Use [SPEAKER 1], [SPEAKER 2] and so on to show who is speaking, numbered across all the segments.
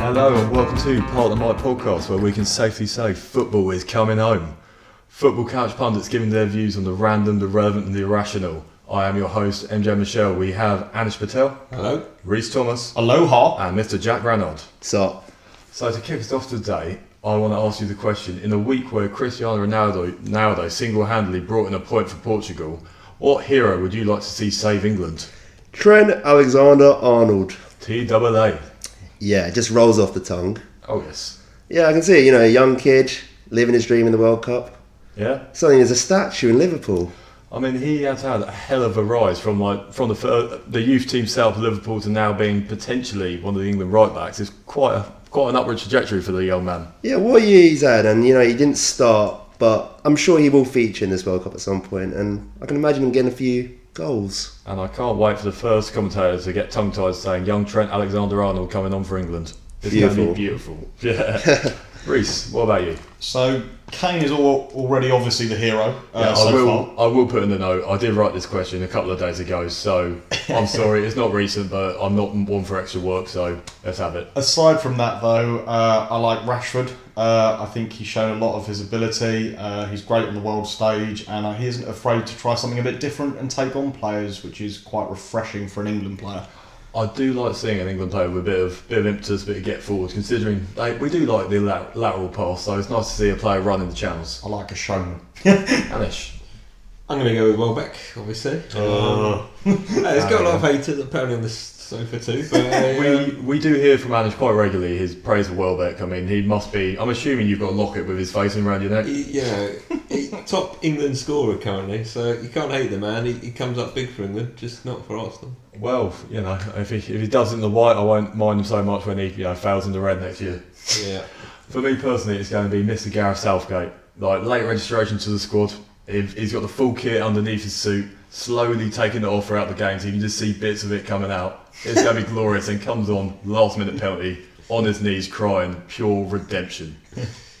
[SPEAKER 1] Hello and welcome to Part of My Podcast, where we can safely say football is coming home. Football couch pundits giving their views on the random, the relevant, and the irrational. I am your host, MJ Michelle. We have Anish Patel,
[SPEAKER 2] Hello.
[SPEAKER 1] Reese Thomas,
[SPEAKER 2] Aloha.
[SPEAKER 1] and Mr. Jack Ranod.
[SPEAKER 3] So,
[SPEAKER 1] So to kick us off today, I want to ask you the question: In a week where Cristiano Ronaldo nowadays single-handedly brought in a point for Portugal, what hero would you like to see save England?
[SPEAKER 3] Trent Alexander Arnold.
[SPEAKER 1] T double A.
[SPEAKER 3] Yeah, it just rolls off the tongue.
[SPEAKER 1] Oh yes.
[SPEAKER 3] Yeah, I can see it. You know, a young kid living his dream in the World Cup.
[SPEAKER 1] Yeah.
[SPEAKER 3] Suddenly there's a statue in Liverpool.
[SPEAKER 1] I mean, he has had a hell of a rise from like from the fir- the youth team setup of Liverpool to now being potentially one of the England right backs. It's quite a, quite an upward trajectory for the young man.
[SPEAKER 3] Yeah, what a year he's had. And, you know, he didn't start, but I'm sure he will feature in this World Cup at some point, And I can imagine him getting a few goals.
[SPEAKER 1] And I can't wait for the first commentator to get tongue tied saying young Trent Alexander Arnold coming on for England. It's Gonna
[SPEAKER 3] Beautiful.
[SPEAKER 1] be beautiful. Yeah. Reese, what about you?
[SPEAKER 2] So Kane is al- already obviously the hero uh,
[SPEAKER 1] Yeah,
[SPEAKER 2] so
[SPEAKER 1] I will.
[SPEAKER 2] far.
[SPEAKER 1] I will put in a note. I did write this question a couple of days ago, so I'm sorry. It's not recent, but I'm not one for extra work. So let's have it.
[SPEAKER 2] Aside from that, though, uh, I like Rashford. Uh, I think he's shown a lot of his ability. Uh, he's great on the world stage, and uh, he isn't afraid to try something a bit different and take on players, which is quite refreshing for an England player.
[SPEAKER 1] I do like seeing an England player with a bit of bit of impetus, bit of get forward. Considering they, we do like the la- lateral pass, so it's nice to see a player running the channels.
[SPEAKER 2] I like a showman.
[SPEAKER 1] Anish,
[SPEAKER 4] I'm going to go with Welbeck, obviously. Um, it's got a lot of haters apparently on this sofa too. But uh,
[SPEAKER 1] we we do hear from Anish quite regularly his praise of Welbeck. I mean, he must be. I'm assuming you've got Lockett with his facing around your neck.
[SPEAKER 4] he, you know, he, top England scorer currently, so you can't hate the man. He, he comes up big for England, just not for Arsenal.
[SPEAKER 1] Well, you know, if he if he does it in the white, I won't mind him so much when he you know fails in the red next year.
[SPEAKER 4] Yeah,
[SPEAKER 1] For me personally, it's going to be Mr. Gareth Southgate. Like late registration to the squad, He- he's got the full kit underneath his suit, slowly taking it off throughout the games. You can just see bits of it coming out. It's going to be glorious. And comes on last minute penalty, on his knees crying, pure redemption.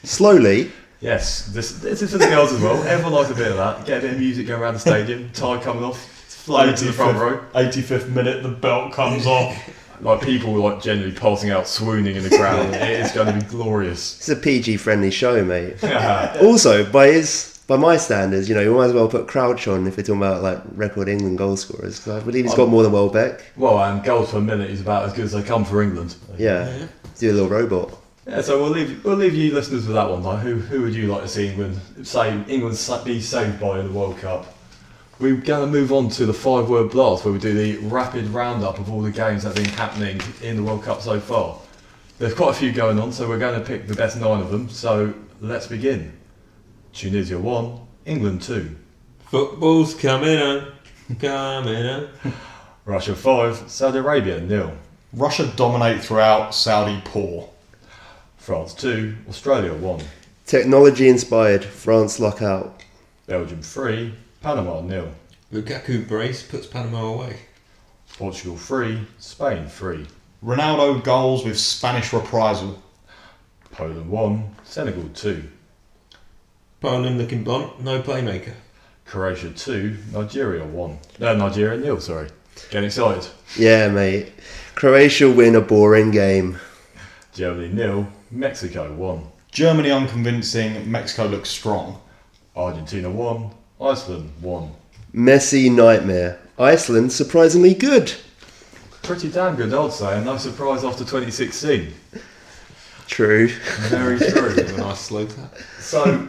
[SPEAKER 3] Slowly.
[SPEAKER 1] Yes, this this is for the girls as well. Everyone likes a bit of that. Get a bit of music going around the stadium. Tie coming off, floating to the front row.
[SPEAKER 2] 85th minute, the belt comes off.
[SPEAKER 1] Like people like generally passing out, swooning in the crowd. It is going to be glorious.
[SPEAKER 3] It's a PG friendly show, mate.
[SPEAKER 1] Yeah.
[SPEAKER 3] also, by his. By my standards, you know, you might as well put Crouch on if we're talking about like record England goal scorers. 'cause I believe he's got more than Welbeck.
[SPEAKER 1] Well, and goals per minute is about as good as they come for England.
[SPEAKER 3] Yeah, do a little robot.
[SPEAKER 1] Yeah, so we'll leave we'll leave you listeners with that one. Like, who who would you like to see England save England sa- be saved by in the World Cup? We're going to move on to the five word blast where we do the rapid roundup of all the games that have been happening in the World Cup so far. There's quite a few going on, so we're going to pick the best nine of them. So let's begin. Tunisia one, England two,
[SPEAKER 4] football's coming on, coming on.
[SPEAKER 1] Russia five, Saudi Arabia nil,
[SPEAKER 2] Russia dominate throughout, Saudi poor.
[SPEAKER 1] France two, Australia one,
[SPEAKER 3] Technology inspired France lockout.
[SPEAKER 1] Belgium three, Panama nil,
[SPEAKER 4] Lukaku brace puts Panama away.
[SPEAKER 1] Portugal three, Spain three.
[SPEAKER 2] Ronaldo goals with Spanish reprisal.
[SPEAKER 1] Poland 1, Senegal 2,
[SPEAKER 4] Poland looking blunt, no playmaker.
[SPEAKER 1] Croatia 2, Nigeria 1. No, Nigeria nil. sorry. Getting excited.
[SPEAKER 3] Yeah, mate. Croatia win a boring game.
[SPEAKER 1] Germany nil. Mexico 1,
[SPEAKER 2] Germany unconvincing, Mexico looks strong.
[SPEAKER 1] Argentina 1, Iceland 1.
[SPEAKER 3] Messi nightmare. Iceland surprisingly good.
[SPEAKER 1] Pretty damn good, I'd say, and no surprise after 2016.
[SPEAKER 3] True.
[SPEAKER 1] Very true.
[SPEAKER 4] Bit of a nice slow tap.
[SPEAKER 1] So,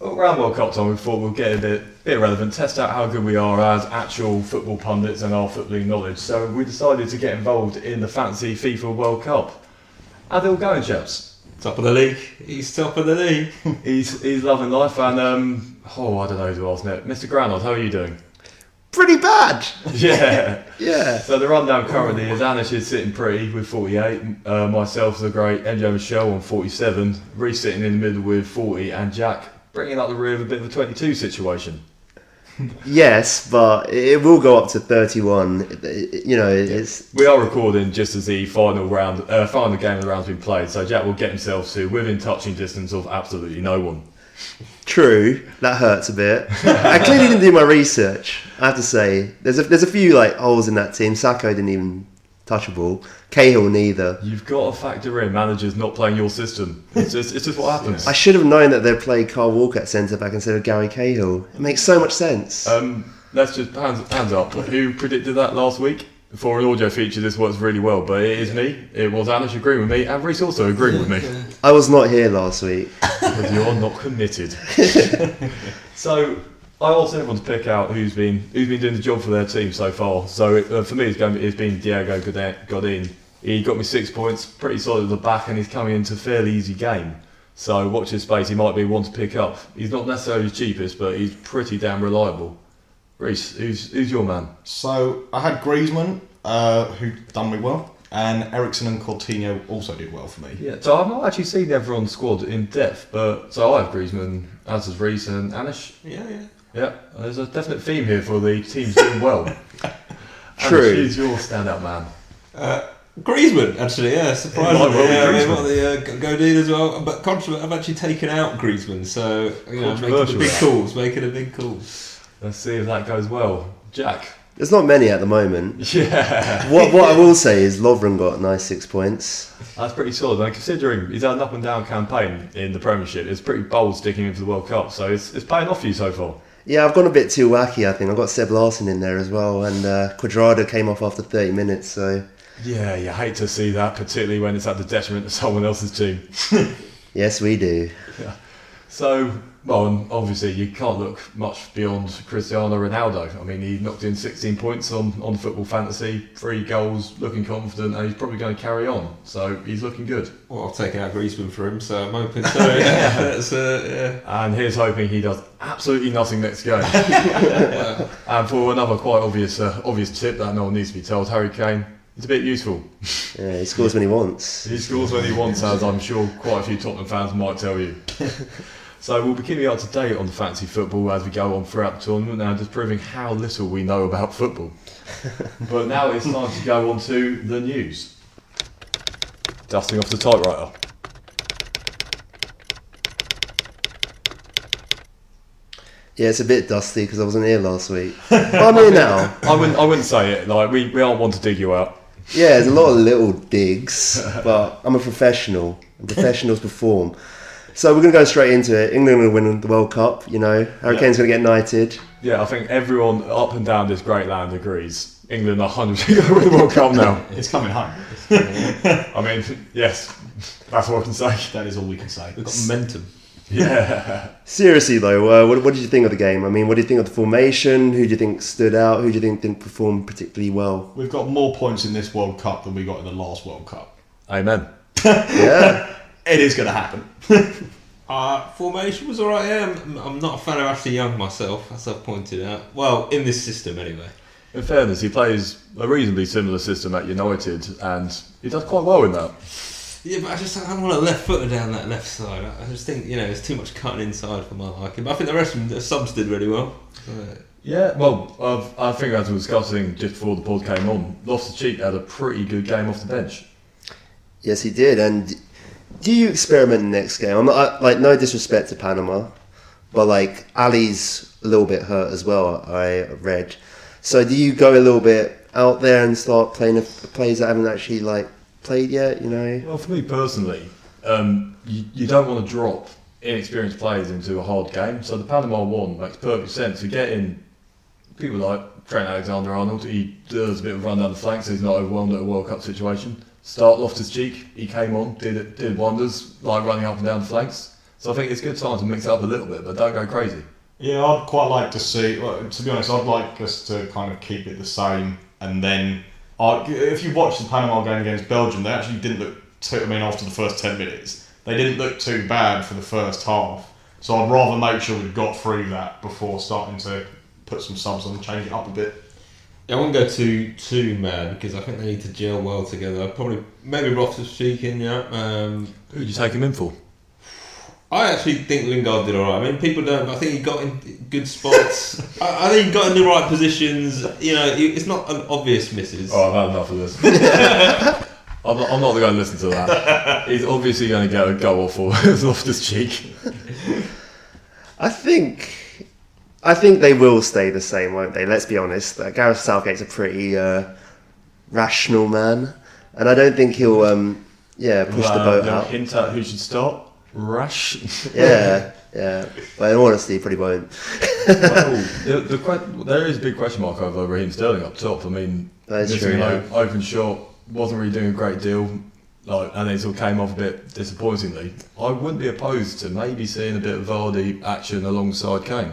[SPEAKER 1] around World Cup time, we thought we'll get a bit, bit relevant, test out how good we are as actual football pundits and our footballing knowledge. So, we decided to get involved in the fancy FIFA World Cup. How's it all going, chaps?
[SPEAKER 4] Top of the league, he's top of the league.
[SPEAKER 1] He's he's loving life, and um, oh, I don't know who to ask next. Mr. Granod, how are you doing?
[SPEAKER 3] Pretty bad.
[SPEAKER 1] Yeah.
[SPEAKER 3] Yeah.
[SPEAKER 1] So the rundown currently is Anish is sitting pretty with 48, uh, myself the great MJ Michelle on 47, Reece sitting in the middle with 40, and Jack bringing up the rear with a bit of a 22 situation.
[SPEAKER 3] Yes, but it will go up to 31. It- it- You know, it's
[SPEAKER 1] We are recording just as the final round, uh, final game of the round's been played, so Jack will get himself to within touching distance of absolutely no one.
[SPEAKER 3] true. That hurts a bit. I clearly didn't do my research. I have to say, there's a, there's a few like holes in that team. Sacco didn't even touchable. Cahill neither.
[SPEAKER 1] You've got to factor in managers not playing your system. It's just, it's just what happens.
[SPEAKER 3] I should have known that they'd play Carl Walker at centre back instead of Gary Cahill. It makes so much sense.
[SPEAKER 1] Um, let's just hands, hands up. Who predicted that last week? For an audio feature, this works really well, but it is me. It was Anish agreeing with me, and Reese also agreeing with me.
[SPEAKER 3] I was not here last week.
[SPEAKER 1] Because you're not committed. so I asked everyone to pick out who's been who's been doing the job for their team so far. So it, uh, for me, it's, going, it's been Diego Godin. Godin. He got me six points, pretty solid at the back, and he's coming into a fairly easy game. So watch his space. He might be one to pick up. He's not necessarily the cheapest, but he's pretty damn reliable. Reese, who's who's your man?
[SPEAKER 2] So I had Griezmann, uh, who done me well, and Ericsson and Coutinho also did well for me.
[SPEAKER 1] Yeah, so I've not actually seen everyone's squad in depth, but so I have Griezmann, as is Reese and Anish.
[SPEAKER 4] Yeah, yeah.
[SPEAKER 1] Yeah, there's a definite theme here for the teams doing well. And
[SPEAKER 3] True.
[SPEAKER 1] Who's your standout man?
[SPEAKER 4] Uh, Griezmann, actually, yeah, surprisingly.
[SPEAKER 1] well be
[SPEAKER 4] Yeah, I
[SPEAKER 1] Griezmann.
[SPEAKER 4] mean, well, the, uh, Godin as well, but contra- I've actually taken out Griezmann, so you know, making the
[SPEAKER 1] Controversial.
[SPEAKER 4] big calls, making the big calls.
[SPEAKER 1] Let's see if that goes well. Jack.
[SPEAKER 3] There's not many at the moment.
[SPEAKER 1] Yeah,
[SPEAKER 3] What what I will say is Lovren got a nice six points.
[SPEAKER 1] that's pretty solid. And considering he's had an up and down campaign in the Premiership, it's pretty bold sticking him for the World Cup. So it's, it's paying off for you so far.
[SPEAKER 3] Yeah, I've gone a bit too wacky. I think I've got Seb Larson in there as well, and uh, Quadrado came off after 30 minutes. So
[SPEAKER 1] Yeah, you hate to see that, particularly when it's at the detriment of someone else's team.
[SPEAKER 3] yes, we do.
[SPEAKER 1] So, well, and obviously you can't look much beyond Cristiano Ronaldo. I mean, he knocked in 16 points on, on football fantasy, three goals, looking confident, and he's probably going to carry on. So he's looking good.
[SPEAKER 4] Well, I've taken out Griezmann for him, so I'm hoping so. yeah, that's, uh,
[SPEAKER 1] And here's hoping he does absolutely nothing next game. and for another quite obvious uh, obvious tip that no one needs to be told, Harry Kane, he's a bit useful.
[SPEAKER 3] Yeah, he scores when he wants.
[SPEAKER 1] He scores when he wants, as I'm sure quite a few Tottenham fans might tell you. so we'll be keeping you up to date on the fancy football as we go on throughout the tournament, now just proving how little we know about football. but now it's time to go on to the news. Dusting off the typewriter.
[SPEAKER 3] Yeah, it's a bit dusty because I wasn't here last week. But I'm here now.
[SPEAKER 1] I wouldn't, I wouldn't say it. Like we, we aren't one to dig you out.
[SPEAKER 3] Yeah, there's a lot of little digs, but I'm a professional, and professionals perform. So we're going to go straight into it. England are going to win the World Cup, you know. Hurricane's going to get knighted.
[SPEAKER 1] Yeah, I think everyone up and down this great land agrees. England are 100% going to win the World Cup now.
[SPEAKER 2] It's coming home.
[SPEAKER 1] I mean, yes, that's what I can say.
[SPEAKER 2] That is all we can say.
[SPEAKER 4] yeah. Got momentum.
[SPEAKER 1] Yeah.
[SPEAKER 3] Seriously, though, uh, what, what did you think of the game? I mean, what do you think of the formation? Who do you think stood out? Who do you think didn't perform particularly well?
[SPEAKER 2] We've got more points in this World Cup than we got in the last World Cup.
[SPEAKER 1] Amen.
[SPEAKER 3] Yeah.
[SPEAKER 2] It is going to happen.
[SPEAKER 4] Uh, formation was alright, yeah. I'm, I'm not a fan of Ashley Young myself, as I've pointed out. Well, in this system, anyway.
[SPEAKER 1] In fairness, he plays a reasonably similar system at United, and he does quite well in that.
[SPEAKER 4] Yeah, but I just I want a left footer down that left side. I, I just think, you know, there's too much cutting inside for my liking. But I think the rest of them, the subs did really well. So,
[SPEAKER 1] Yeah, well, I've, I think as we were discussing just before the pod came on, Loftus Cheek had a pretty good game off the bench.
[SPEAKER 3] yes, he did. And do you experiment in the next game? I'm not, I, like, no disrespect to Panama, but like Ali's a little bit hurt as well. I read. So do you go a little bit out there and start playing a, plays that haven't actually like played yet? You know.
[SPEAKER 1] Well, for me personally, um, you, you don't want to drop inexperienced players into a hard game. So the Panama one makes perfect sense. You get in people like Trent Alexander Arnold, he does a bit of run down the flanks, so he's not overwhelmed at a World Cup situation. Start Loftus Cheek, he came on, did it, did wonders, like running up and down the flanks. So I think it's a good time to mix it up a little bit, but don't go crazy.
[SPEAKER 2] Yeah, I'd quite like to see. Well, to be honest, I'd like us to kind of keep it the same, and then I, if you watch the Panama game against Belgium, they actually didn't look too. I mean, after the first ten minutes, they didn't look too bad for the first half. So I'd rather make sure we've got through that before starting to put some subs on and change it up a bit.
[SPEAKER 4] Yeah, I wouldn't go too too mad because I think they need to gel well together. I'd probably maybe Loftus Cheek in, yeah. Um,
[SPEAKER 1] Who'd you take him in for?
[SPEAKER 4] I actually think Lingard did alright. I mean, people don't. I think he got in good spots. I, I think he got in the right positions. You know, it- it's not an obvious misses.
[SPEAKER 1] Oh, I've had enough of this. I'm not, I'm not going to listen to that. He's obviously going to get a goal for Loftus Cheek.
[SPEAKER 3] I think, I think they will stay the same, won't they? Let's be honest. Uh, Gareth Southgate's a pretty uh, rational man, and I don't think he'll um, yeah push the
[SPEAKER 1] Uh,
[SPEAKER 3] boat
[SPEAKER 1] they'll
[SPEAKER 3] out.
[SPEAKER 1] Hint at who should stop. Rash.
[SPEAKER 3] Yeah, yeah. But in all honesty, he probably won't.
[SPEAKER 1] well, the, the que- there is a big question mark over Raheem Sterling up top. I mean,
[SPEAKER 3] That is
[SPEAKER 1] missing
[SPEAKER 3] true,
[SPEAKER 1] an
[SPEAKER 3] yeah.
[SPEAKER 1] o- open shot wasn't really doing a great deal, like, and it all came off a bit disappointingly. I wouldn't be opposed to maybe seeing a bit of Vardy action alongside Kane.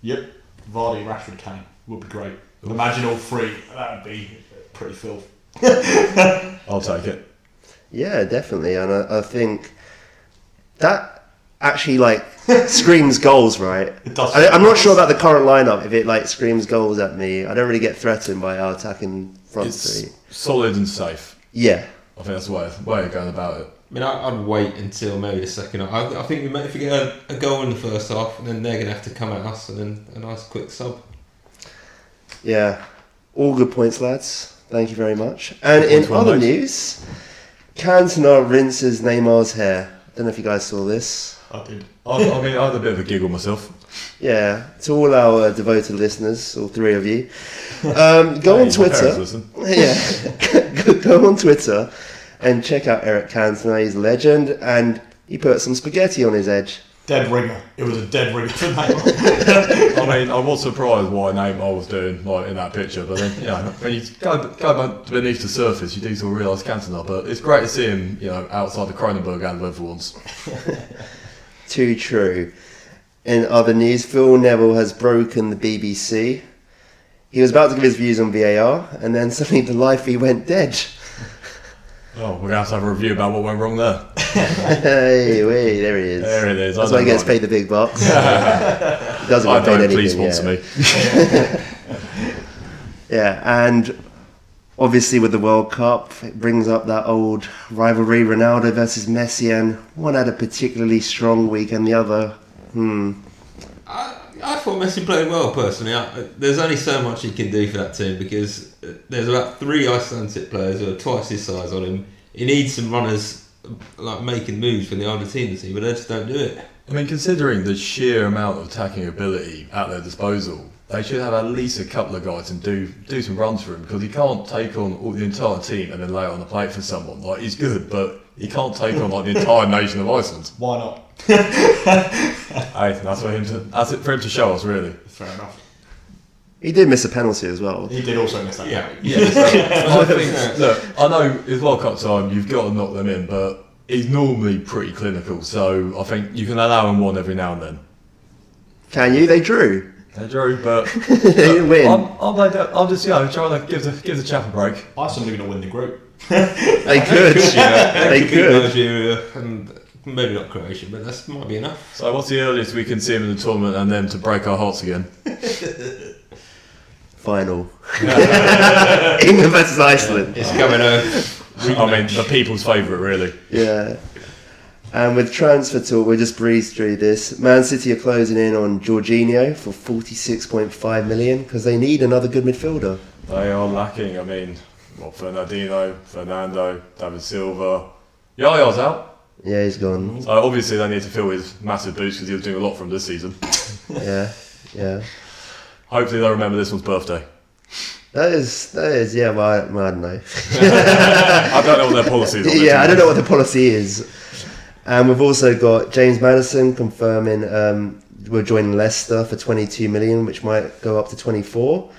[SPEAKER 2] Yep. Vardy, Rashford, Kane would be great. Imagine all three. That would be pretty filth.
[SPEAKER 1] I'll take it.
[SPEAKER 3] Yeah, definitely. And I, I think that actually like screams goals, right?
[SPEAKER 2] It does.
[SPEAKER 3] I, I'm not sure about the current lineup. If it like screams goals at me, I don't really get threatened by our attacking front
[SPEAKER 1] It's
[SPEAKER 3] three.
[SPEAKER 1] solid and safe.
[SPEAKER 3] Yeah,
[SPEAKER 1] I think that's the way, way of going about it.
[SPEAKER 4] I mean, I, I'd wait until maybe the second half. I, I think we may, if we get a, a goal in the first half, and then they're going to have to come at us, and then a nice quick sub.
[SPEAKER 3] yeah. All good points, lads. Thank you very much. And
[SPEAKER 1] Good
[SPEAKER 3] in
[SPEAKER 1] points, well,
[SPEAKER 3] other
[SPEAKER 1] mate.
[SPEAKER 3] news, Cantona rinses Neymar's hair. don't know if you guys saw this.
[SPEAKER 2] I did.
[SPEAKER 1] I, I mean, I had a bit of a giggle myself.
[SPEAKER 3] Yeah, to all our devoted listeners, all three of you, um, go
[SPEAKER 1] Hey,
[SPEAKER 3] on
[SPEAKER 1] my
[SPEAKER 3] Twitter.
[SPEAKER 1] parents listen.
[SPEAKER 3] yeah, go, go on Twitter and check out Eric Cantona. He's a legend, and he put some spaghetti on his edge.
[SPEAKER 2] Dead ringer. It was a dead ringer for Neymar.
[SPEAKER 1] I mean, I was surprised why Neymar was doing like in that picture, but then you know, when you go, go back beneath the surface, you do sort of realise Cantona. But it's great to see him, you know, outside the Cronenberg and Liverpool's.
[SPEAKER 3] Too true. In other news, Phil Neville has broken the BBC. He was about to give his views on VAR, and then suddenly the life he went dead.
[SPEAKER 1] Oh, we're gonna have to have a review about what went wrong there.
[SPEAKER 3] hey, wait, there he is.
[SPEAKER 1] There it is. I
[SPEAKER 3] That's why he
[SPEAKER 1] don't
[SPEAKER 3] gets
[SPEAKER 1] mind.
[SPEAKER 3] paid the big bucks. he doesn't
[SPEAKER 1] I
[SPEAKER 3] get paid
[SPEAKER 1] don't.
[SPEAKER 3] anything.
[SPEAKER 1] Please sponsor
[SPEAKER 3] yeah.
[SPEAKER 1] me.
[SPEAKER 3] Yeah, and obviously with the World Cup, it brings up that old rivalry Ronaldo versus Messi, and one had a particularly strong week, and the other, hmm,
[SPEAKER 4] I, I thought Messi played well personally. I, there's only so much he can do for that team because uh, there's about three Icelandic players who are twice his size on him. He needs some runners uh, like making moves for the Argentina team, but they just don't do it.
[SPEAKER 1] I mean, considering the sheer amount of attacking ability at their disposal, they should have at least a couple of guys and do do some runs for him because he can't take on all the entire team and then lay it on the plate for someone. Like he's good, but he can't take on like the entire nation of Iceland.
[SPEAKER 2] Why not?
[SPEAKER 1] Hey, that's for him to that's it for him to show us really.
[SPEAKER 2] Fair enough.
[SPEAKER 3] he did miss a penalty as well.
[SPEAKER 2] He did also miss that. penalty.
[SPEAKER 1] Yeah. So, I think, look, I know it's World Cup time. You've got to knock them in, but he's normally pretty clinical. So I think you can allow him one every now and then.
[SPEAKER 3] Can you? They drew.
[SPEAKER 1] They drew, but
[SPEAKER 3] they didn't win.
[SPEAKER 1] I'm, I'm, like, that- I'm just you know trying to give the give the chap a break.
[SPEAKER 2] Iceland are going to win the group.
[SPEAKER 3] they could. they
[SPEAKER 4] beat
[SPEAKER 3] could.
[SPEAKER 4] Nigeria and maybe not Croatia, but that might be enough.
[SPEAKER 1] So what's the earliest we can see him in the tournament and then to break our hearts again?
[SPEAKER 3] Final. England versus Iceland.
[SPEAKER 4] It's coming over.
[SPEAKER 1] I mean, the people's favourite, really.
[SPEAKER 3] Yeah. And with transfer talk, we'll just breeze through this. Man City are closing in on Jorginho for 46.5 million because they need another good midfielder.
[SPEAKER 1] They are lacking. I mean, well, Fernandino, Fernando, David Silva. Yaya's out.
[SPEAKER 3] Yeah, he's gone.
[SPEAKER 1] So obviously they need to fill his massive boost because he was doing a lot from this season.
[SPEAKER 3] Yeah, yeah.
[SPEAKER 1] Hopefully they'll remember this one's birthday.
[SPEAKER 3] That is, that is, yeah, well, I, well, I don't know.
[SPEAKER 1] I don't know what their policy is on this
[SPEAKER 3] yeah, I
[SPEAKER 1] one.
[SPEAKER 3] don't know what the policy is. And we've also got James Madison confirming um, we're joining Leicester for 22 million, which might go up to 24.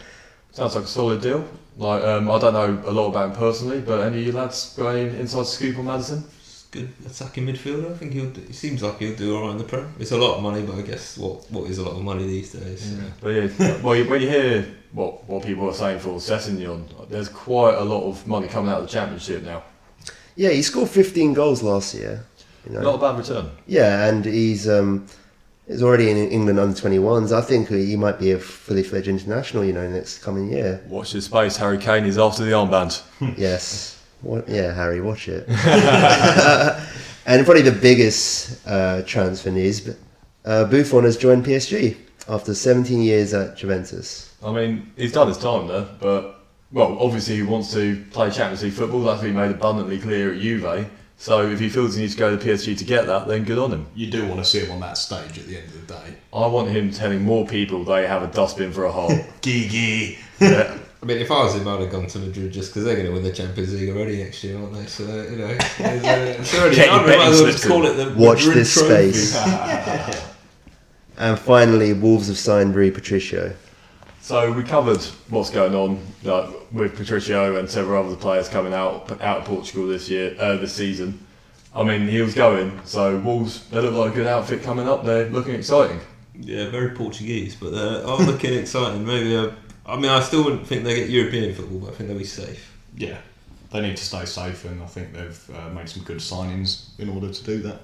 [SPEAKER 1] Sounds like a solid deal. Like, um, I don't know a lot about him personally, but any of you lads got any inside scoop on Madison?
[SPEAKER 4] Good attacking midfielder. I think he'll. Do, he seems like he'll do all right in the Prem. It's a lot of money, but I guess what what is a lot of money these days.
[SPEAKER 1] But yeah, well, you- when you hear what what people are saying for Sessignon, there's quite a lot of money coming out of the championship now.
[SPEAKER 3] Yeah, he scored 15 goals last year. You know?
[SPEAKER 1] Not a bad return.
[SPEAKER 3] Yeah, and he's um, he's already in England under 21s. I think he might be a fully fledged international, you know, next coming year.
[SPEAKER 1] Watch this space. Harry Kane is after the armband.
[SPEAKER 3] yes. What, yeah, Harry, watch it. and probably the biggest uh, transfer news, but, uh, Buffon has joined PSG after 17 years at Juventus.
[SPEAKER 1] I mean, he's done his time there, but well, obviously he wants to play Champions League football. That's been made abundantly clear at Juve. So if he feels he needs to go to PSG to get that, then good on him.
[SPEAKER 2] You do want to see him on that stage at the end of the day.
[SPEAKER 1] I want him telling more people they have a dustbin for a hole.
[SPEAKER 2] Gigi.
[SPEAKER 1] yeah.
[SPEAKER 4] I mean, if I was him, I'd have gone to Madrid just because they're going to win the Champions League already next year, aren't they? So you know, it's, uh, it's already
[SPEAKER 1] Katie
[SPEAKER 4] done. We might as well
[SPEAKER 1] Betting
[SPEAKER 4] just call it the
[SPEAKER 3] Watch
[SPEAKER 4] Madrid
[SPEAKER 3] this
[SPEAKER 4] Trophy.
[SPEAKER 3] space. and finally, Wolves have signed Rui Patricio.
[SPEAKER 1] So we covered what's going on like, with Patricio and several other players coming out out of Portugal this year, uh, this season. I mean, he was going. So Wolves, they look like a good outfit coming up. They're looking exciting.
[SPEAKER 4] Yeah, very Portuguese, but uh, are looking exciting. Maybe uh, I mean, I still wouldn't think they get European football, but I think they'll be safe.
[SPEAKER 2] Yeah, they need to stay safe, and I think they've uh, made some good signings in order to do that.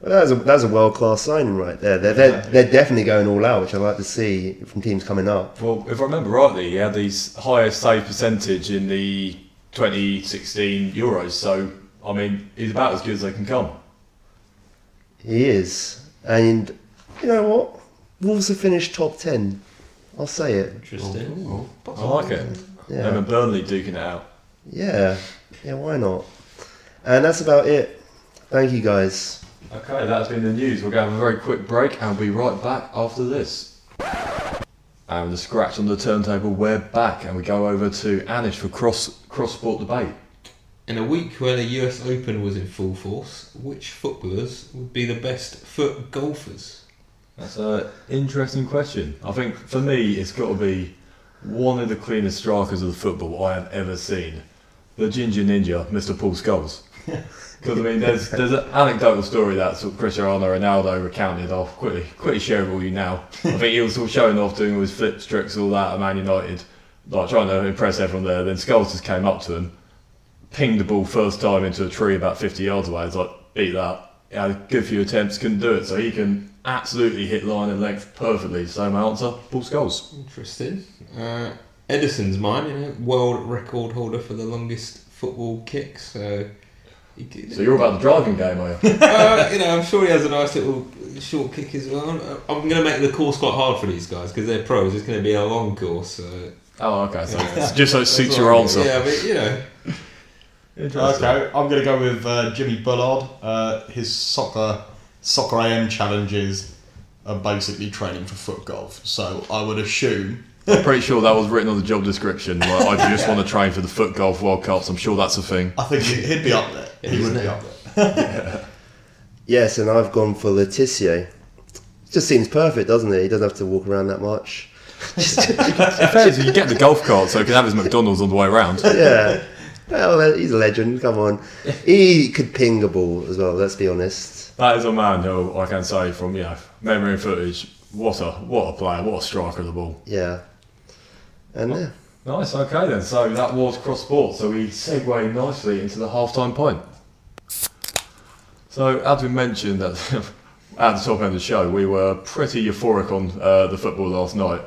[SPEAKER 3] Well, that's a, that's a world class signing right there. They're, they're, they're definitely going all out, which I like to see from teams coming up.
[SPEAKER 1] Well, if I remember rightly, he had the s- highest save percentage in the 2016 Euros. So I mean, he's about as good as they can come.
[SPEAKER 3] He is. And you know what? Wolves have finished top 10. I'll say it.
[SPEAKER 4] Interesting.
[SPEAKER 1] I like it.
[SPEAKER 3] Yeah.
[SPEAKER 1] Them and Burnley duking it out.
[SPEAKER 3] Yeah, yeah, why not? And that's about it. Thank you guys.
[SPEAKER 1] Okay, that's been the news. We're going to have a very quick break and we'll be right back after this. And with a scratch on the turntable, we're back and we go over to Anish for cross cross sport debate.
[SPEAKER 4] In a week where the US Open was in full force, which footballers would be the best foot golfers?
[SPEAKER 1] That's an interesting question. I think for me, it's got to be one of the cleanest strikers of the football I have ever seen. The Ginger Ninja, Mr. Paul Scholes. Because I mean, there's there's an anecdotal story that sort of Cristiano Ronaldo recounted. I'll quickly quickly share it with you now. I think he was sort of showing off, doing all his flips, tricks, all that at Man United, like trying to impress everyone there. Then Scholes just came up to him, pinged the ball first time into a tree about 50 yards away. It's like, beat that. He had a good few attempts, couldn't do it. So he can absolutely hit line and length perfectly. So my answer, Paul Scholes.
[SPEAKER 4] Interesting. Uh, Edison's mine, you know, world record holder for the longest football kick, so. he could-
[SPEAKER 1] So you're about the driving game, are you?
[SPEAKER 4] uh, you know, I'm sure he has a nice little short kick as well. I'm going to make the course quite hard for these guys because they're pros. It's going to be a long course. So
[SPEAKER 1] oh, okay. So
[SPEAKER 4] Yeah.
[SPEAKER 1] it's just so it suits
[SPEAKER 4] That's
[SPEAKER 1] your
[SPEAKER 4] all right.
[SPEAKER 1] answer.
[SPEAKER 4] Yeah, but you know,
[SPEAKER 1] Interesting.
[SPEAKER 2] Okay, I'm going to go with uh, Jimmy Bullard. Uh, his soccer soccer AM challenges are basically training for foot golf, so I would assume.
[SPEAKER 1] I'm pretty sure that was written on the job description. Like, I just want to train for the foot golf World Cups. I'm sure that's a thing.
[SPEAKER 2] I think he- he'd be up there. He
[SPEAKER 4] Isn't
[SPEAKER 2] would
[SPEAKER 4] it?
[SPEAKER 2] be up there.
[SPEAKER 3] Yes, and I've gone for Letitia. Just seems perfect, doesn't it? He doesn't have to walk around that much.
[SPEAKER 1] you get the golf cart so he can have his McDonald's on the way around.
[SPEAKER 3] yeah. Well, he's a legend. Come on, he could ping a ball as well. Let's be honest.
[SPEAKER 1] That is a man who I can say from you know memory and footage. What a what a player! What a striker of the ball.
[SPEAKER 3] Yeah. And yeah,
[SPEAKER 1] Nice, okay then. So that was cross sport, so we segue nicely into the half time point. So, as we mentioned at, at the top end of the show, we were pretty euphoric on uh, the football last night.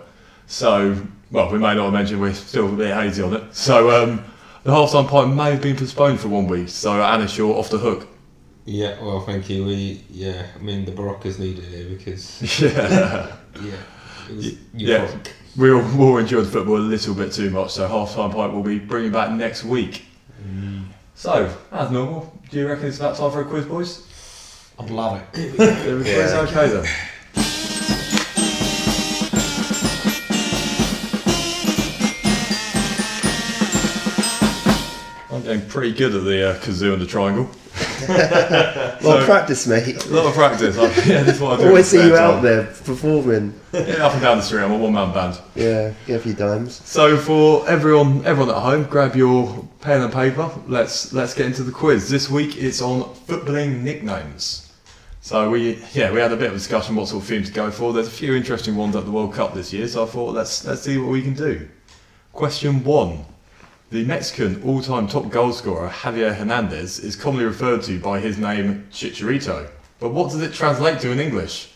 [SPEAKER 1] So, well, we may not have mentioned we're still a bit hazy on it. So, um, the half time point may have been postponed for one week, so Anish, you're off the hook.
[SPEAKER 4] yeah. Well, thank you. We yeah. I mean, the Barocas needed here because
[SPEAKER 1] Yeah.
[SPEAKER 4] yeah, it was
[SPEAKER 1] yeah.
[SPEAKER 4] euphoric.
[SPEAKER 1] We all, we all enjoyed the football a little bit too much, so half time pipe will be bringing back next week. So, as normal, do you reckon it's about time for a quiz, boys?
[SPEAKER 2] I'd love it.
[SPEAKER 1] There we go. It's okay then. I'm getting pretty good at the uh, kazoo and the triangle.
[SPEAKER 3] well,
[SPEAKER 1] So-
[SPEAKER 3] practice, mate.
[SPEAKER 1] A lot of practice. I, yeah, that's what I do.
[SPEAKER 3] Always see you out
[SPEAKER 1] at the
[SPEAKER 3] there performing.
[SPEAKER 1] same time. Yeah, up and down the street. I'm a one-man band.
[SPEAKER 3] Yeah, get a few dimes.
[SPEAKER 1] So for everyone, everyone at home, grab your pen and paper. Let's let's get into the quiz. This week it's on footballing nicknames. So we yeah we had a bit of discussion what sort of theme to go for. There's a few interesting ones at the World Cup this year, so I thought let's let's see what we can do. Question one: The Mexican all-time top goalscorer Javier Hernandez is commonly referred to by his name Chicharito, but what does it translate to in English?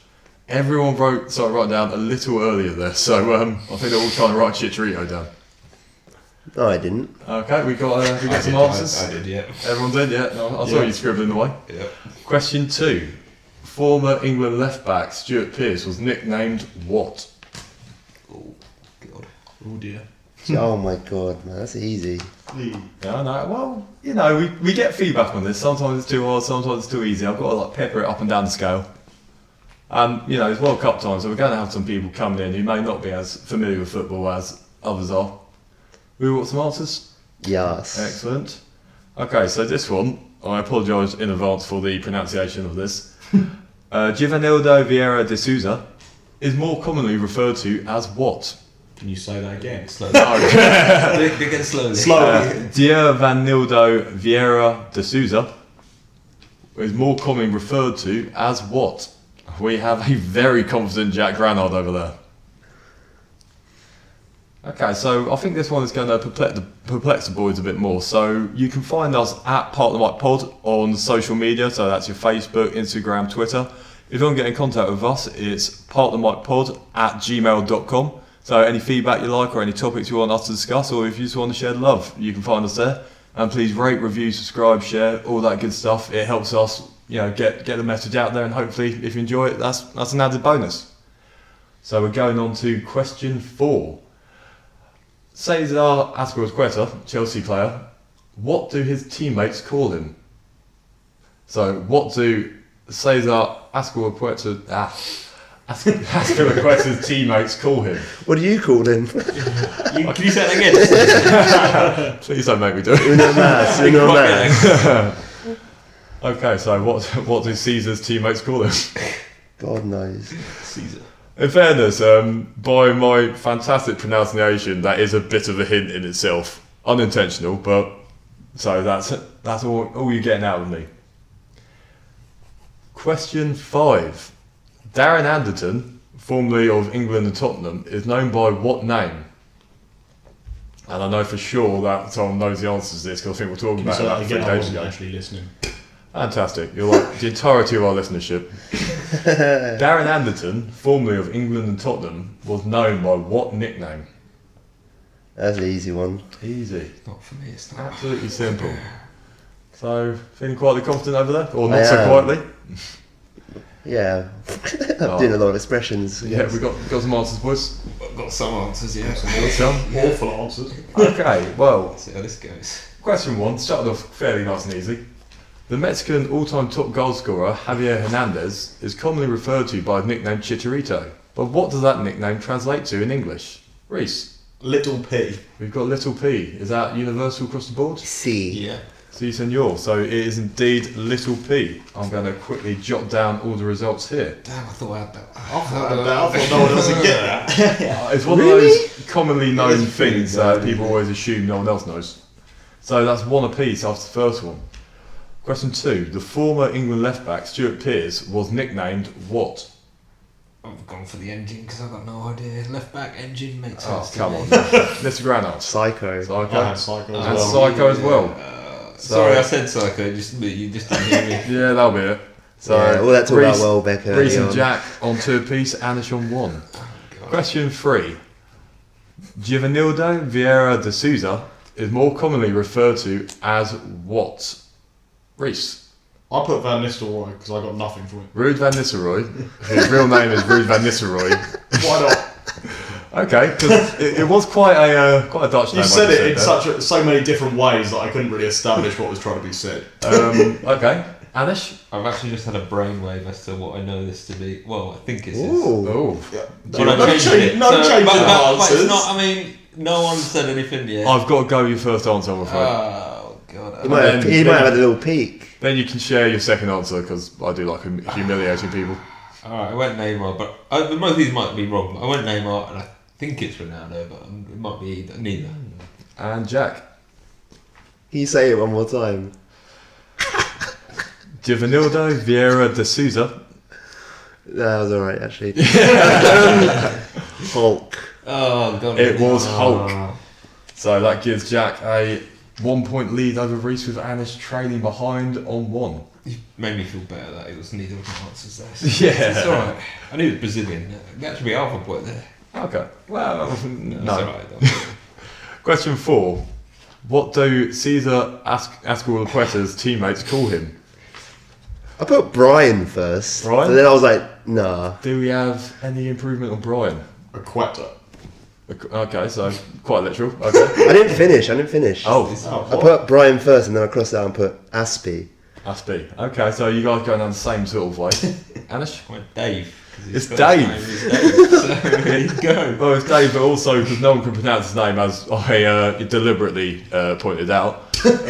[SPEAKER 1] Everyone wrote started writing down a little earlier there, so um, I think they're all trying to write Chicharito down.
[SPEAKER 3] No, I didn't.
[SPEAKER 1] Okay, we got uh, we got some
[SPEAKER 4] I did,
[SPEAKER 1] answers.
[SPEAKER 4] I, I did. Yeah.
[SPEAKER 1] Everyone did, yeah. No, I saw
[SPEAKER 2] Yeah.
[SPEAKER 1] you scribbling away.
[SPEAKER 4] Yeah.
[SPEAKER 1] Question two: Former England left back Stuart Pearce was nicknamed what?
[SPEAKER 4] Oh God.
[SPEAKER 2] Oh dear.
[SPEAKER 1] Hmm.
[SPEAKER 3] oh my god, man, that's easy.
[SPEAKER 1] Yeah, I know. Well, you know, we, we get feedback on this. Sometimes it's too hard, sometimes it's too easy. I've got to like pepper it up and down the scale. Um, you know, it's World Cup time, so we're going to have some people coming in who may not be as familiar with football as others are. We want some answers?
[SPEAKER 3] Yes.
[SPEAKER 1] Excellent. Okay, so this one, I apologise in advance for the pronunciation of this. uh, Giovanildo Vieira de Souza is more commonly referred to as what?
[SPEAKER 2] Can you say that again?
[SPEAKER 4] Slowly.
[SPEAKER 1] Oh,
[SPEAKER 4] Big- big and slowly.
[SPEAKER 1] uh, Giovanildo Vieira de Souza is more commonly referred to as what? We have a very confident Jack Granard over there. Okay, so I think this one is going to perplex the, perplex the boys a bit more. So you can find us at Partner Mike Pod on social media. So that's your Facebook, Instagram, Twitter. If you want to get in contact with us, it's partnermikepod at gmail.com. So any feedback you like or any topics you want us to discuss, or if you just want to share the love, you can find us there. And please rate, review, subscribe, share, all that good stuff. It helps us, you know, get get the message out there. And hopefully, if you enjoy it, that's that's an added bonus. So we're going on to question four. Cesar Azpilicueta, Chelsea player, what do his teammates call him? So, what do Cesar Azpilicueta, ah, Az- Azpilicueta's teammates call him?
[SPEAKER 3] What do you call him?
[SPEAKER 4] You- can you say that again?
[SPEAKER 1] Please don't make me do it.
[SPEAKER 3] Uno mas, uno mas.
[SPEAKER 1] Okay, so what what do Caesar's teammates call him?
[SPEAKER 3] God knows.
[SPEAKER 4] Caesar.
[SPEAKER 1] In fairness, um, by my fantastic pronunciation, that is a bit of a hint in itself, unintentional, but so that's that's all, all you're getting out of me. Question five: Darren Anderton, formerly of England and Tottenham, is known by what name? And I know for sure that Tom knows the answers to this because I think we we're talking
[SPEAKER 2] Can you
[SPEAKER 1] about
[SPEAKER 2] say
[SPEAKER 1] it about three
[SPEAKER 2] that again? I
[SPEAKER 1] days
[SPEAKER 2] wasn't
[SPEAKER 1] ago.
[SPEAKER 2] actually listening.
[SPEAKER 1] Fantastic. You're like the entirety of our listenership. Darren Anderton, formerly of England and Tottenham, was known by what nickname?
[SPEAKER 3] That's an easy one.
[SPEAKER 1] Easy.
[SPEAKER 4] Not for me, it's not.
[SPEAKER 1] Absolutely simple. So, feeling quietly confident over there? Or not
[SPEAKER 3] I
[SPEAKER 1] so
[SPEAKER 3] am.
[SPEAKER 1] quietly?
[SPEAKER 3] Yeah. I'm
[SPEAKER 1] Oh.
[SPEAKER 3] doing a lot of expressions.
[SPEAKER 1] Yeah, we got, got some answers, boys.
[SPEAKER 4] I've got some answers, yeah.
[SPEAKER 1] Got some?
[SPEAKER 2] Awful answers.
[SPEAKER 1] Okay, well,
[SPEAKER 4] Let's see how this goes.
[SPEAKER 1] question one started off fairly nice and easy. The Mexican all time top goal scorer, Javier Hernandez, is commonly referred to by the nickname Chicharito. But what does that nickname translate to in English? Reese.
[SPEAKER 2] Little P.
[SPEAKER 1] We've got little p. Is that universal across the board?
[SPEAKER 3] C.
[SPEAKER 4] Yeah.
[SPEAKER 1] Si, senor. So it is indeed little p. I'm going to quickly jot down all the results here.
[SPEAKER 4] Damn, I thought I had that. I
[SPEAKER 2] I thought no one else would get that.
[SPEAKER 1] Uh, it's one of those commonly known
[SPEAKER 2] is pretty
[SPEAKER 1] things that
[SPEAKER 2] good.
[SPEAKER 1] people always assume no one else knows. So that's one apiece after the first one. Question two. The former England left back, Stuart Pearce, was nicknamed what?
[SPEAKER 4] I've gone for the engine because I've got no idea. Left back engine makes
[SPEAKER 1] Oh,
[SPEAKER 4] sense. to
[SPEAKER 1] come
[SPEAKER 4] me. Uh,
[SPEAKER 1] on. Mr. Granard. uh,
[SPEAKER 3] Psycho.
[SPEAKER 1] Psycho.
[SPEAKER 2] I had Psycho as
[SPEAKER 1] And
[SPEAKER 2] well.
[SPEAKER 1] Psycho as well.
[SPEAKER 4] Uh, sorry, I said psycho. Just but you just didn't hear me.
[SPEAKER 1] Yeah, that'll be it. So
[SPEAKER 3] yeah, all that talk
[SPEAKER 1] Reece-
[SPEAKER 3] about Welbeck early
[SPEAKER 1] Reese and
[SPEAKER 3] on.
[SPEAKER 1] Jack on two apiece, Anish on one.
[SPEAKER 4] God.
[SPEAKER 1] Question three. Giovanildo Vieira de Souza is more commonly referred to as what? Reese.
[SPEAKER 2] I put Van Nistelrooy because I got nothing from it.
[SPEAKER 1] Rude Van Nistelrooy, whose real name is Rude Van Nistelrooy.
[SPEAKER 2] Why not?
[SPEAKER 1] Okay, because it, it was quite a uh, quite a Dutch name.
[SPEAKER 2] You
[SPEAKER 1] like
[SPEAKER 2] said it in
[SPEAKER 1] there.
[SPEAKER 2] such a, so many different ways that I couldn't really establish what was trying to be said.
[SPEAKER 1] Um, okay, Anish.
[SPEAKER 4] I've actually just had a brainwave as to what I know this to be. Well, I think it's. this.
[SPEAKER 3] Ooh.
[SPEAKER 1] Oh,
[SPEAKER 4] But I'm
[SPEAKER 2] No
[SPEAKER 4] changing
[SPEAKER 2] change-
[SPEAKER 4] it.
[SPEAKER 2] no
[SPEAKER 4] So-
[SPEAKER 2] change
[SPEAKER 4] but,
[SPEAKER 2] in
[SPEAKER 4] but- but
[SPEAKER 2] answers.
[SPEAKER 4] it's not. I mean, no one said anything yet.
[SPEAKER 1] I've got to go with your first answer. I'm afraid.
[SPEAKER 2] Ah.
[SPEAKER 4] oh god.
[SPEAKER 3] He might, have,
[SPEAKER 1] then-
[SPEAKER 3] he might
[SPEAKER 1] then-
[SPEAKER 3] have had a little peek.
[SPEAKER 1] then you can share your second answer because I do like hum- humiliating people.
[SPEAKER 4] All right, I went Neymar, but I, but most of these might be wrong. I went Neymar, and I think it's Ronaldo, but um, it might be either, neither.
[SPEAKER 1] And Jack.
[SPEAKER 3] Can you say it one more time?
[SPEAKER 1] Giovanildo Vieira de Souza.
[SPEAKER 3] That was alright, actually. Um, Hulk.
[SPEAKER 4] Oh god.
[SPEAKER 1] It was
[SPEAKER 4] Oh.
[SPEAKER 1] Hulk. So that gives Jack a one point lead over Reese with Anish trailing behind on one.
[SPEAKER 4] You made me feel better that it was neither of my answers there.
[SPEAKER 1] Yeah.
[SPEAKER 4] It's alright. I knew it was Brazilian. That should be half a point there.
[SPEAKER 1] Okay. Well, no.
[SPEAKER 4] That's alright though.
[SPEAKER 1] Question four. What do Cesar As- Azpilicueta's teammates call him?
[SPEAKER 3] I put Brian first.
[SPEAKER 1] Brian?
[SPEAKER 3] But then I was like, nah.
[SPEAKER 1] Do we have any improvement on Brian?
[SPEAKER 2] Aqueta.
[SPEAKER 1] Okay, so quite literal. Okay.
[SPEAKER 3] I didn't finish, I didn't finish.
[SPEAKER 1] Oh,
[SPEAKER 3] I put Brian first and then I crossed out and put Aspie.
[SPEAKER 1] Aspie. Okay, so you guys going down the same sort of way. Anish?
[SPEAKER 4] I went Dave.
[SPEAKER 1] It's Dave.
[SPEAKER 4] Dave. go.
[SPEAKER 1] Well, it's Dave, but also because no one can pronounce his name, as I uh, deliberately uh, pointed out.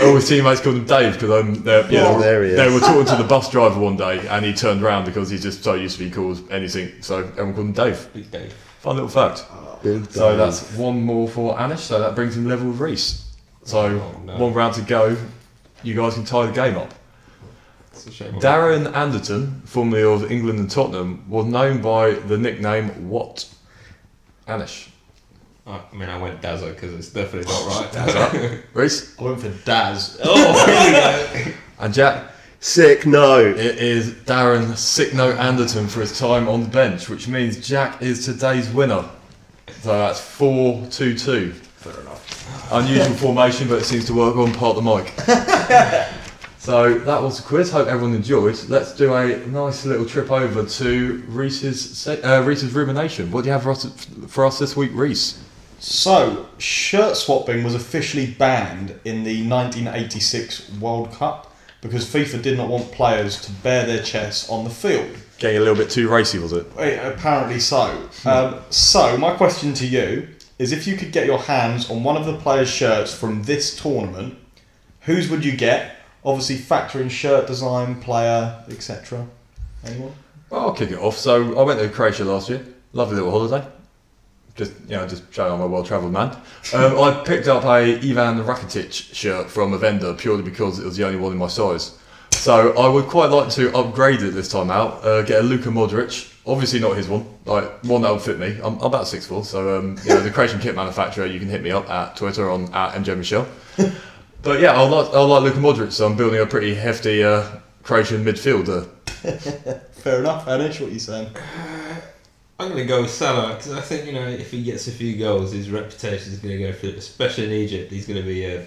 [SPEAKER 1] All his teammates called him Dave because um, they're- yeah,
[SPEAKER 3] Oh, there he is.
[SPEAKER 1] they were talking to the bus driver one day, and he turned around because he's just so used to be called anything, so everyone called him Dave.
[SPEAKER 4] Big Dave.
[SPEAKER 1] Fun little fact.
[SPEAKER 3] Big
[SPEAKER 1] So
[SPEAKER 3] time.
[SPEAKER 1] that's one more for Anish, so that brings him level with Reese. So
[SPEAKER 4] Oh, no.
[SPEAKER 1] one round to go. You guys can tie the game up.
[SPEAKER 4] It's a shame.
[SPEAKER 1] Darren Anderton, formerly of England and Tottenham, was known by the nickname What? Anish.
[SPEAKER 4] I I mean, I went Dazza because it's definitely not right. Dazza.
[SPEAKER 1] Reese?
[SPEAKER 2] I went for Daz.
[SPEAKER 4] oh, here we go.
[SPEAKER 1] And Jack,
[SPEAKER 3] sick. No,
[SPEAKER 1] it is Darren Sickno Anderton for his time on the bench, which means Jack is today's winner. So that's 4 2 2. Fair enough. Unusual formation, but it seems to work on part of the mic. so that was the quiz. Hope everyone enjoyed. Let's do a nice little trip over to Reese's, se- uh, Reese's rumination. What do you have for us, for us this week, Reese?
[SPEAKER 2] So, shirt swapping was officially banned in the 1986 World Cup because FIFA did not want players to bare their chests on the field.
[SPEAKER 1] Getting a little bit too racy, was it?
[SPEAKER 2] Eh, Apparently so. Um, so, my question to you is if you could get your hands on one of the players' shirts from this tournament, whose would you get? Obviously, factoring shirt design, player, etc. Anyone?
[SPEAKER 1] Well, I'll kick it off. So I went to Croatia last year. Lovely little holiday. Just you know, just showing I'm a well-travelled man. Um, I picked up a Ivan Rakitic shirt from a vendor purely because it was the only one in my size. So I would quite like to upgrade it this time out. Uh, get a Luka Modric. Obviously not his one. Like one that would fit me. I'm, I'm about six four, so um, you know, the Croatian kit manufacturer. You can hit me up at Twitter on at MJ Michelle. But yeah, I like I like Luka Modric, so I'm building a pretty hefty uh, Croatian midfielder.
[SPEAKER 2] Fair enough, Anish, what are you saying?
[SPEAKER 4] I'm going to go with Salah because I think, you know, if he gets a few goals, his reputation is going to go for it, especially in Egypt. He's going to be a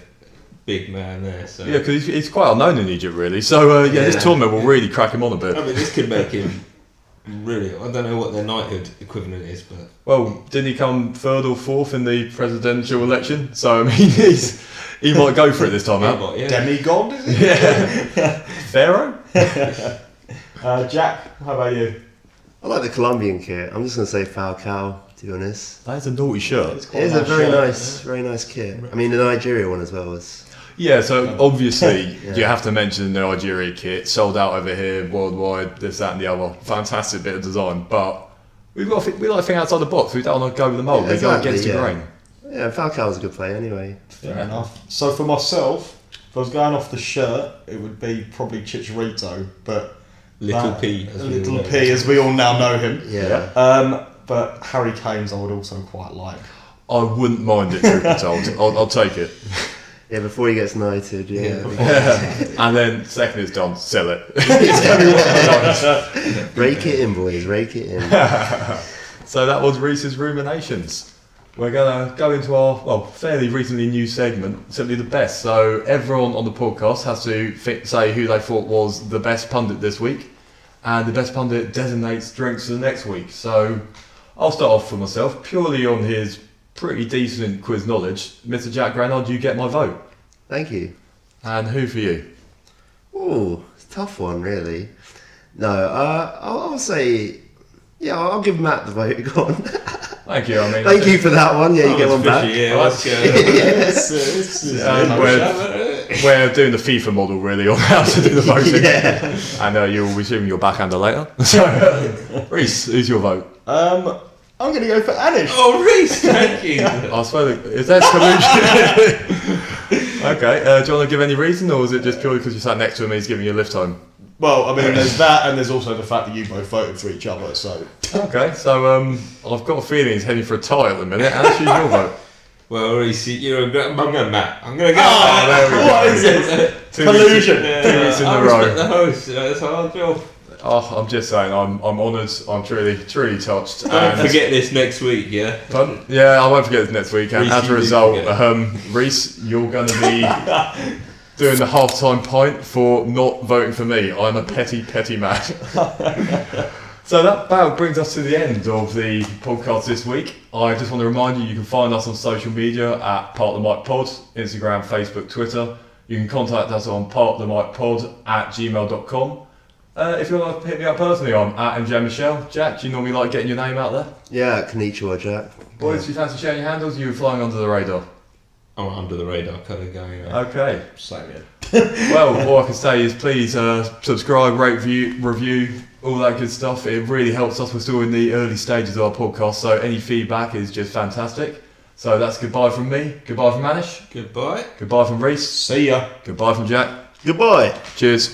[SPEAKER 4] big man there. So.
[SPEAKER 1] Yeah, because he's, he's quite unknown in Egypt, really. So uh, yeah,
[SPEAKER 4] Yeah.
[SPEAKER 1] this tournament will really crack him on a
[SPEAKER 4] I
[SPEAKER 1] bit.
[SPEAKER 4] mean, this could make him really. I don't know what their knighthood equivalent is, but
[SPEAKER 1] Well, didn't he come third or fourth in the presidential election? So I mean, he's, he might go for it this time out.
[SPEAKER 4] but yeah,
[SPEAKER 2] Demigod, is it?
[SPEAKER 1] Yeah, Pharaoh.
[SPEAKER 2] Uh, Jack, how about you?
[SPEAKER 3] I like the Colombian kit. I'm just gonna say Falcao. To be honest,
[SPEAKER 1] That is a naughty shirt.
[SPEAKER 3] it is a very nice, very nice kit. I mean, the Nigeria one as well was.
[SPEAKER 1] Yeah, so obviously
[SPEAKER 3] Yeah.
[SPEAKER 1] you have to mention the Nigeria kit, sold out over here, worldwide, this, that, and the other. Fantastic bit of design, but we've got to think, we like to think outside the box. We don't want to go with the mold.
[SPEAKER 3] Yeah,
[SPEAKER 1] we go
[SPEAKER 3] exactly,
[SPEAKER 1] against the
[SPEAKER 3] yeah.
[SPEAKER 1] grain.
[SPEAKER 3] Yeah, Falcao was a good player anyway.
[SPEAKER 2] Fair enough. So for myself, if I was going off the shirt, it would be probably Chicharito, but
[SPEAKER 4] little
[SPEAKER 2] that-
[SPEAKER 4] P. as we
[SPEAKER 2] little
[SPEAKER 4] know.
[SPEAKER 2] P, as we all now know him.
[SPEAKER 3] Yeah.
[SPEAKER 1] Yeah.
[SPEAKER 2] Um, but Harry Kane's, I would also quite like.
[SPEAKER 1] I wouldn't mind it. Truth be told, I'll, I'll take it.
[SPEAKER 3] Yeah, before he gets knighted, yeah.
[SPEAKER 1] and then second is done. Sell it.
[SPEAKER 3] Rake it in, boys, rake it in.
[SPEAKER 1] So that was Reese's Ruminations. We're going to go into our, well, fairly recently new segment, simply the best. So everyone on the podcast has to fi- say who they thought was the best pundit this week, and the best pundit designates drinks for the next week. So I'll start off for myself, purely on his pretty decent quiz knowledge. Mr. Jack Granard, you get my vote.
[SPEAKER 3] Thank you.
[SPEAKER 1] And who for you?
[SPEAKER 3] Ooh, it's a tough one, really. No, uh, I'll, I'll say, yeah, I'll, I'll give Matt the vote. Go on.
[SPEAKER 1] Thank you. I mean,
[SPEAKER 3] Thank you for that one. Yeah, you
[SPEAKER 4] Oh,
[SPEAKER 3] get
[SPEAKER 4] it's
[SPEAKER 3] one back.
[SPEAKER 4] fishy, Yeah,
[SPEAKER 1] Alright.
[SPEAKER 4] let's go.
[SPEAKER 2] Yes, it's, it's-
[SPEAKER 1] Um, we're, we're doing the FIFA model really on how to do the voting.
[SPEAKER 3] Yeah.
[SPEAKER 1] I know you'll resume your backhander later. So, uh, Reese, who's your vote?
[SPEAKER 2] um, I'm going to go for Anish.
[SPEAKER 4] oh, Reese, thank you.
[SPEAKER 1] I swear, that- is there collusion? okay, uh, do you want to give any reason, or is it just purely because you sat next to him and he's giving you a lift home?
[SPEAKER 2] Well, I mean, there's that, and there's also the fact that you both voted for each other. So
[SPEAKER 1] Okay, so um, I've got a feeling he's heading for a tie at the minute. And she's your vote.
[SPEAKER 4] Well, Reese, you're a great. I'm going Matt. I'm going to go.
[SPEAKER 1] there
[SPEAKER 4] Matt.
[SPEAKER 1] we go.
[SPEAKER 2] what is this?
[SPEAKER 1] Two
[SPEAKER 2] Collusion.
[SPEAKER 1] Weeks,
[SPEAKER 4] Yeah,
[SPEAKER 1] two weeks in
[SPEAKER 4] I
[SPEAKER 1] a
[SPEAKER 4] respect
[SPEAKER 1] row.
[SPEAKER 4] the host. you know, That's a hard job.
[SPEAKER 1] Oh, I'm just saying, I'm, I'm honoured. I'm truly, truly touched.
[SPEAKER 4] Don't
[SPEAKER 1] and-
[SPEAKER 4] forget this next week, yeah?
[SPEAKER 1] Pardon? Yeah, I won't forget this next week. And
[SPEAKER 4] Reece,
[SPEAKER 1] as a
[SPEAKER 4] you do
[SPEAKER 1] result,
[SPEAKER 4] forget.
[SPEAKER 1] um, Reese, you're going to be doing the halftime pint for not voting for me. I'm a petty, petty man. so that about brings us to the end of the podcast this week. I just want to remind you, you can find us on social media at Part the Mic Pod, Instagram, Facebook, Twitter. You can contact us on partthe mic pod at gmail.com. Uh, if you want to pick me up personally, I'm at MJ Michelle. Jack, do you normally like getting your name out there?
[SPEAKER 3] Yeah, Konnichiwa, Jack.
[SPEAKER 1] Boys, do you fancy sharing your handles? You were flying under the radar.
[SPEAKER 4] I'm under the radar kind of guy. You know.
[SPEAKER 1] Okay.
[SPEAKER 2] Same here.
[SPEAKER 1] Well, all I can say is please uh, subscribe, rate, view, review, all that good stuff. It really helps us. We're still in the early stages of our podcast, so any feedback is just fantastic. So that's goodbye from me. Goodbye from Manish.
[SPEAKER 4] Goodbye.
[SPEAKER 1] Goodbye from Reese.
[SPEAKER 2] See ya.
[SPEAKER 1] Goodbye from Jack.
[SPEAKER 3] Goodbye.
[SPEAKER 1] Cheers.